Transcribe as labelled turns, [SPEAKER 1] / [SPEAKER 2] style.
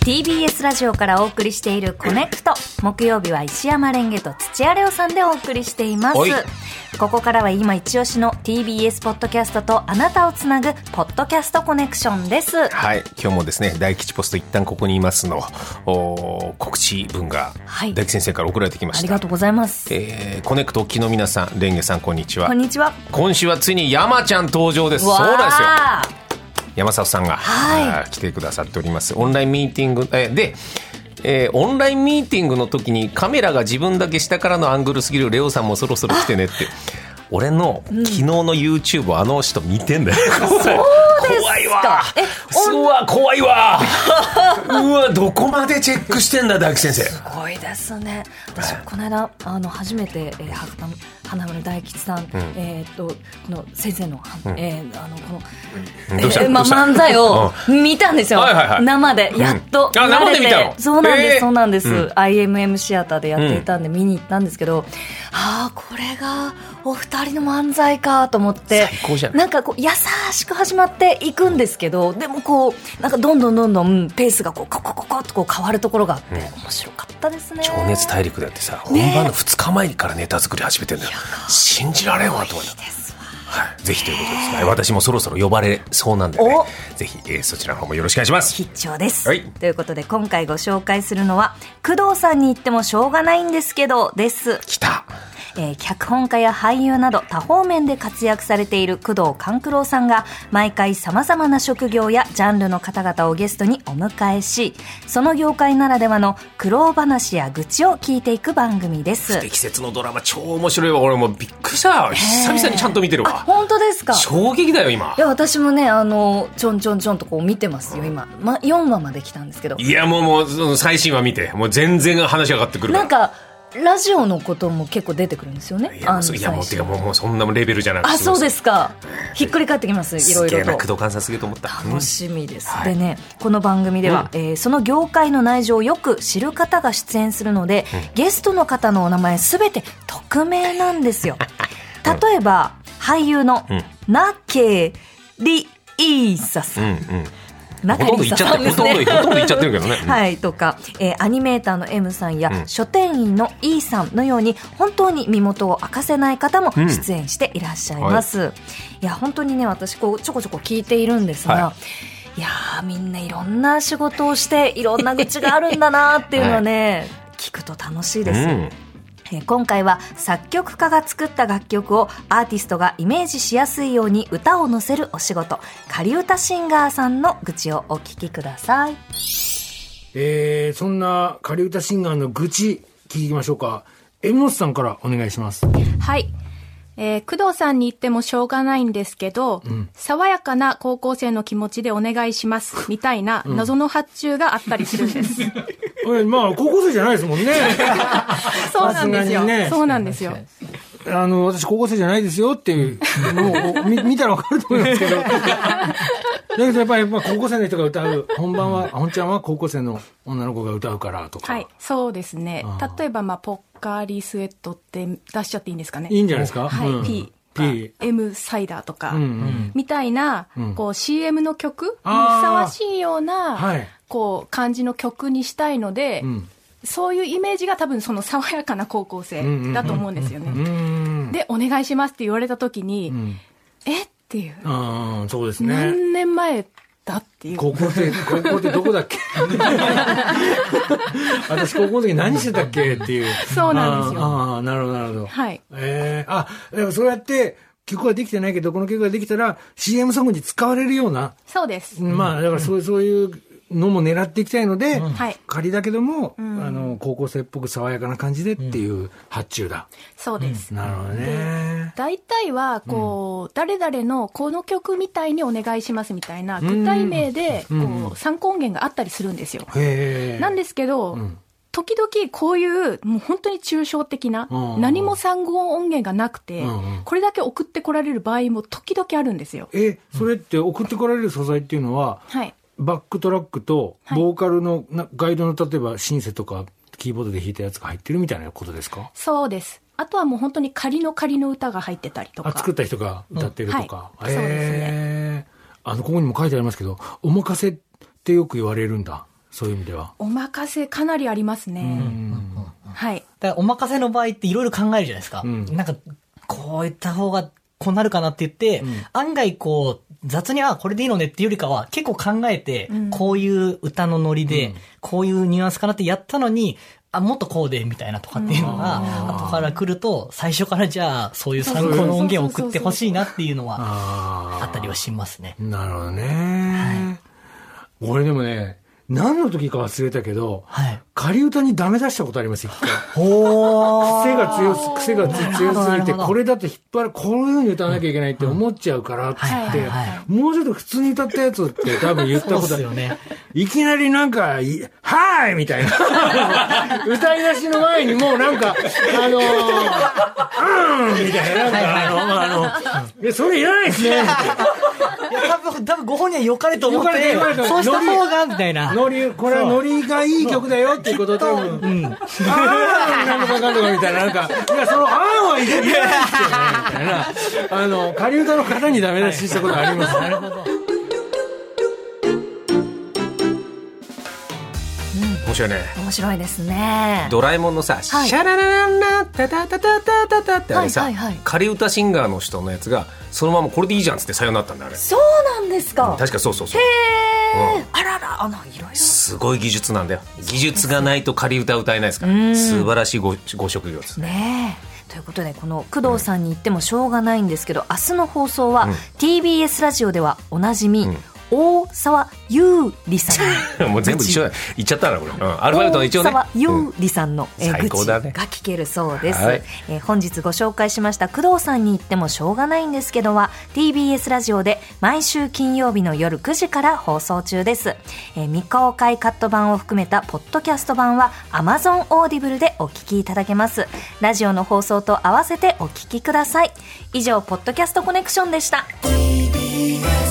[SPEAKER 1] TBS ラジオからお送りしている「コネクト」木曜日は石山レンゲと土屋レオさんでお送りしています
[SPEAKER 2] おい
[SPEAKER 1] ここからは今一押しの TBS ポッドキャストとあなたをつなぐ「ポッドキャストコネクション」です
[SPEAKER 2] はい、今日もですね、大吉ポスト一旦ここにいますの、おー告知文が
[SPEAKER 1] はい、
[SPEAKER 2] 大吉先生から送られてきま
[SPEAKER 1] あ
[SPEAKER 2] し
[SPEAKER 1] り
[SPEAKER 2] た。
[SPEAKER 1] がとうございます
[SPEAKER 2] えーコネクト沖の皆さん、レンゲさん、こんにちは
[SPEAKER 1] こん。にちは
[SPEAKER 2] 今週はついに山ちゃん登場です。そう
[SPEAKER 1] わー
[SPEAKER 2] なんですよ。山里さんが、
[SPEAKER 1] はい
[SPEAKER 2] あー来てくださっておりますオンラインミーティング、えーで、えーオンラインミーティングの時にカメラが自分だけ下からのアングルすぎるレオさんもそろそろ来てねって俺の昨日の YouTube をあの人見てんだよ、怖いわ
[SPEAKER 1] え
[SPEAKER 2] うわ怖いわ うわどこまでチェックしてんだ大吉先生
[SPEAKER 1] すごいですね私この間あの初めて、えー、は花村大吉さん、えーっとこの先生の,は、えーあのこの
[SPEAKER 2] どうした
[SPEAKER 1] えーまあ
[SPEAKER 2] どうした
[SPEAKER 1] 漫才を見たんですよ、
[SPEAKER 2] はいはいはい
[SPEAKER 1] 生でやっと、
[SPEAKER 2] うんあ生で見たの
[SPEAKER 1] そうなんです、
[SPEAKER 2] えー
[SPEAKER 1] そうなんです、
[SPEAKER 2] うん
[SPEAKER 1] IMM シアターでやっていたんで見に行ったんですけど、ああこれがお二人の漫才かと思って
[SPEAKER 2] 最高じゃない
[SPEAKER 1] なんかこう優しく始まっていくんですけどでもこうなんかどんどんどんどんペースがこうココココッとこう変わるところがあって、面白かったですね
[SPEAKER 2] 情熱大陸だってさ本
[SPEAKER 1] ね
[SPEAKER 2] 番の2日前からネタ作り始めてんだよ信じられんわと思った
[SPEAKER 1] ですわ
[SPEAKER 2] はい、ぜひということですね。私もそろそろ呼ばれそうなんでね
[SPEAKER 1] お、
[SPEAKER 2] ぜひ、えーそちらの方もよろしくお願いします。
[SPEAKER 1] 必聴です、
[SPEAKER 2] はい
[SPEAKER 1] ということで今回ご紹介するのは工藤さんに言ってもしょうがないんですけどです
[SPEAKER 2] 来た。
[SPEAKER 1] えー脚本家や俳優など多方面で活躍されている工藤官九郎さんが毎回さまざまな職業やジャンルの方々をゲストにお迎えしその業界ならではの苦労話や愚痴を聞いていく番組です
[SPEAKER 2] 適切のドラマ超面白いわ。俺もうびっくりした。久々にちゃんと見てる
[SPEAKER 1] あ
[SPEAKER 2] わ。
[SPEAKER 1] 本当ですか
[SPEAKER 2] 衝撃だよ、今
[SPEAKER 1] い。や私もねあのちょんちょんちょんとこう見てますよ今、ま、4話まで来たんですけど
[SPEAKER 2] いや、もう、もう、その最新話見て。もう全然話が上がってくるか
[SPEAKER 1] な
[SPEAKER 2] ら
[SPEAKER 1] んかラジオのことも結構出てくるんですよね
[SPEAKER 2] いや、もうそう、
[SPEAKER 1] の
[SPEAKER 2] いやもう、て
[SPEAKER 1] 最
[SPEAKER 2] か
[SPEAKER 1] 初
[SPEAKER 2] もう、もうそんなレベルじゃなくて。
[SPEAKER 1] あそうですすかひっくり返ってきます
[SPEAKER 2] ご
[SPEAKER 1] い
[SPEAKER 2] い。す
[SPEAKER 1] ろい
[SPEAKER 2] げえ
[SPEAKER 1] ろ
[SPEAKER 2] な、
[SPEAKER 1] と
[SPEAKER 2] 工藤勘さんすげえと思った。うん
[SPEAKER 1] 楽しみです、
[SPEAKER 2] はい
[SPEAKER 1] でねこの番組では、えーその業界の内情をよく知る方が出演するので、ゲストの方のお名前すべて匿名なんです よ例えば俳優の、なけりいささ
[SPEAKER 2] うん
[SPEAKER 1] ん、
[SPEAKER 2] うん。
[SPEAKER 1] な
[SPEAKER 2] ほ
[SPEAKER 1] け
[SPEAKER 2] とんど
[SPEAKER 1] りさ
[SPEAKER 2] 言っちゃっ
[SPEAKER 1] さん
[SPEAKER 2] てる。
[SPEAKER 1] で
[SPEAKER 2] ほ
[SPEAKER 1] すね
[SPEAKER 2] とんど、ほとんど言っちゃってるけどね。うん
[SPEAKER 1] はい、とか、えーアニメーターの M さんや、
[SPEAKER 2] うん
[SPEAKER 1] 書店員の E さんのように本当に身元を明かせない方も出演していらっしゃいます、い、や本当にね私こうちょこちょこ聞いているんですが、、
[SPEAKER 2] はい
[SPEAKER 1] やーみんないろんな仕事をしていろんな愚痴があるんだなっていうのは ね、聞くと楽しいです、
[SPEAKER 2] うん。
[SPEAKER 1] えー今回は作曲家が作った楽曲をアーティストがイメージしやすいように歌を載せるお仕事仮歌シンガーさんの愚痴をお聞きください
[SPEAKER 3] えー、そんな仮歌シンガーの愚痴聞きましょうか。M 本さんからお願いします。
[SPEAKER 4] はい。えー工藤さんに言ってもしょうがないんですけど、爽やかな高校生の気持ちでお願い します、みたいな謎の発注があったりするんです。
[SPEAKER 3] えまあ、高校生じゃないですもん ね。
[SPEAKER 4] そうなんで
[SPEAKER 3] さすが
[SPEAKER 4] すよ。
[SPEAKER 3] にね
[SPEAKER 4] そうなんですよ。
[SPEAKER 3] あの、私高校生じゃないですよっていうのを見見たらわかると思いますけど。だけどやっぱり、やっぱ高校生の人が歌う、本番は、本ちゃんは高校生の女の子が歌うからとか。
[SPEAKER 4] はい。そうですね
[SPEAKER 3] あ。
[SPEAKER 4] 例えば、まあ、ポッカーリースウェットって出しちゃっていいんですかね。
[SPEAKER 3] いいんじゃないですか
[SPEAKER 4] はい。
[SPEAKER 3] うん
[SPEAKER 4] P とか
[SPEAKER 3] P。
[SPEAKER 4] M サイダーとか、
[SPEAKER 3] うんうん。
[SPEAKER 4] みたいな、
[SPEAKER 3] うん
[SPEAKER 4] こう CM の曲にふさ
[SPEAKER 3] あー
[SPEAKER 4] わしいような、
[SPEAKER 3] はい
[SPEAKER 4] こう感じの曲にしたいので、
[SPEAKER 3] うん。
[SPEAKER 4] そういうイメージが多分その爽やかな高校生だと思うんですよね。
[SPEAKER 3] うん。
[SPEAKER 4] で、お願いしますって言われた時に、
[SPEAKER 3] うん。
[SPEAKER 4] えっていう、
[SPEAKER 3] ああ、そうですね。
[SPEAKER 4] 何年前だっていう。
[SPEAKER 3] 高校生、高校ってどこだっけ 私高校の時何してたっけっていう。
[SPEAKER 4] そうなんですよ
[SPEAKER 3] あーあー、なるほど、なるほど。
[SPEAKER 4] はい。
[SPEAKER 3] ええあ、でもそうやって、曲はできてないけど、この曲ができたら CM ソングに使われるような、
[SPEAKER 4] そうです。
[SPEAKER 3] まあ、だからそういう、そういうのも狙っていきたいので、
[SPEAKER 4] はい。
[SPEAKER 3] 仮だけども、
[SPEAKER 4] ん
[SPEAKER 3] あの、高校生っぽく爽やかな感じでっていう発注だ。
[SPEAKER 4] そうです。
[SPEAKER 3] なるほどね。
[SPEAKER 4] 大体は、こう、誰々のこの曲みたいにお願いしますみたいな、具体名で、こう、参考音源があったりするんですよ。
[SPEAKER 3] へえ。
[SPEAKER 4] なんですけど、
[SPEAKER 3] ん
[SPEAKER 4] 時々こういう、もう本当に抽象的な、
[SPEAKER 3] うん
[SPEAKER 4] 何も参考音源がなくて、
[SPEAKER 3] うんうん
[SPEAKER 4] これだけ送ってこられる場合も時々あるんですよ。
[SPEAKER 3] え、それって送ってこられる素材っていうのは、
[SPEAKER 4] はい。
[SPEAKER 3] バックトラックと、
[SPEAKER 4] はい
[SPEAKER 3] ボーカルのなガイドの例えばシンセとかキーボードで弾いたやつが入ってるみたいなことですか
[SPEAKER 4] そうです。あとはもう本当に仮の仮の歌が入ってたりと
[SPEAKER 3] あ
[SPEAKER 4] か。
[SPEAKER 3] 作った人が歌ってるとか。
[SPEAKER 4] うんはいそうですね
[SPEAKER 3] えーあの、ここにも書いてありますけど、お任せってよく言われるんだ。そういう意味では。
[SPEAKER 4] お任せかなりありますね。はい。
[SPEAKER 5] だからお任せの場合っていろいろ考えるじゃないですか。
[SPEAKER 3] うん
[SPEAKER 5] なんか、こういった方が、こうなるかなって言って、案外こう、雑に、あ、これでいいのねっていうよりかは、結構考えて、こういう歌のノリで、こういうニュアンスかなってやったのに、あ、もっとこうで、みたいなとかっていうのが、後から来ると、最初からじゃあ、そういう参考の音源を送ってほしいなっていうのは、
[SPEAKER 3] あ
[SPEAKER 5] あったりはしますね。
[SPEAKER 3] あ、なるほどね。俺でもね、何の時か忘れたけど、
[SPEAKER 5] はい。
[SPEAKER 3] 仮歌にダメ出したことあります、一回。
[SPEAKER 5] ほ ー。
[SPEAKER 3] 癖が強す、癖がつ強
[SPEAKER 5] なる
[SPEAKER 3] すぎ
[SPEAKER 5] ほどなる
[SPEAKER 3] て、
[SPEAKER 5] ほど
[SPEAKER 3] これだって引っ張る、こういうふうに歌わなきゃいけないって思っちゃうからって言って
[SPEAKER 5] はいはいは、
[SPEAKER 3] もうちょっと普通に歌ったやつって多分言った
[SPEAKER 5] そう
[SPEAKER 3] こ
[SPEAKER 5] で
[SPEAKER 3] と
[SPEAKER 5] す
[SPEAKER 3] ある
[SPEAKER 5] よ。ね。
[SPEAKER 3] いきなりなんか、いはーいみたいな。 歌い出しの前にもうなんか、あのー、うーんみたいな、な んかあの、あの、いやそれいらないですね。
[SPEAKER 5] いや、多分、多分ご本人は良かれと思っ
[SPEAKER 3] 良かれ
[SPEAKER 5] て
[SPEAKER 3] 良かれと、思
[SPEAKER 5] そ
[SPEAKER 3] っ
[SPEAKER 5] う
[SPEAKER 3] て
[SPEAKER 5] した方が、みたいな。
[SPEAKER 3] ノリ、これはノリがいい曲だよっていうこと多分。
[SPEAKER 5] うん。
[SPEAKER 3] あーなんとかかんとかみたいな、なんか、いや、その、あーはいけないですよね、みたいな。あの、仮歌の方にダメ出ししたことあります。なるほど。
[SPEAKER 2] 面白いね
[SPEAKER 1] 面白いですね
[SPEAKER 2] ドラえもんのさ、
[SPEAKER 1] い
[SPEAKER 2] シャララランラタタタタタタタってあれさ、
[SPEAKER 1] はいはいはい
[SPEAKER 2] 仮歌シンガーの人のやつがそのままこれでいいじゃんっつってさよなったんだあれ
[SPEAKER 1] そうなんですか
[SPEAKER 2] 確かそうそうそう
[SPEAKER 1] へえ、
[SPEAKER 2] うん
[SPEAKER 1] あららあのいろいろ
[SPEAKER 2] すごい技術なんだよ技術がないと仮歌歌えないですから素晴らしいごご職業ですね
[SPEAKER 1] ねえということでこの工藤さんに言ってもしょうがないんですけど、明日の放送は TBS ラジオではおなじみ、
[SPEAKER 2] ん
[SPEAKER 1] 大沢優里さん
[SPEAKER 2] もう全部一緒だ言っちゃったなこれ、うんアルファベットの一応ね
[SPEAKER 1] 大沢優
[SPEAKER 2] うん
[SPEAKER 1] 里さんの、えー
[SPEAKER 2] 最
[SPEAKER 1] 愚
[SPEAKER 2] 高
[SPEAKER 1] 痴
[SPEAKER 2] だ
[SPEAKER 1] が
[SPEAKER 2] ね
[SPEAKER 1] 聞けるそうです、
[SPEAKER 2] はい
[SPEAKER 1] えー本日ご紹介しました工藤さんに言ってもしょうがないんですけどは TBS ラジオで毎週金曜日の夜9時から放送中です、えー未公開カット版を含めたポッドキャスト版は Amazon オーディブルでお聞きいただけますラジオの放送と合わせてお聞きください以上ポッドキャストコネクションでした
[SPEAKER 6] TBS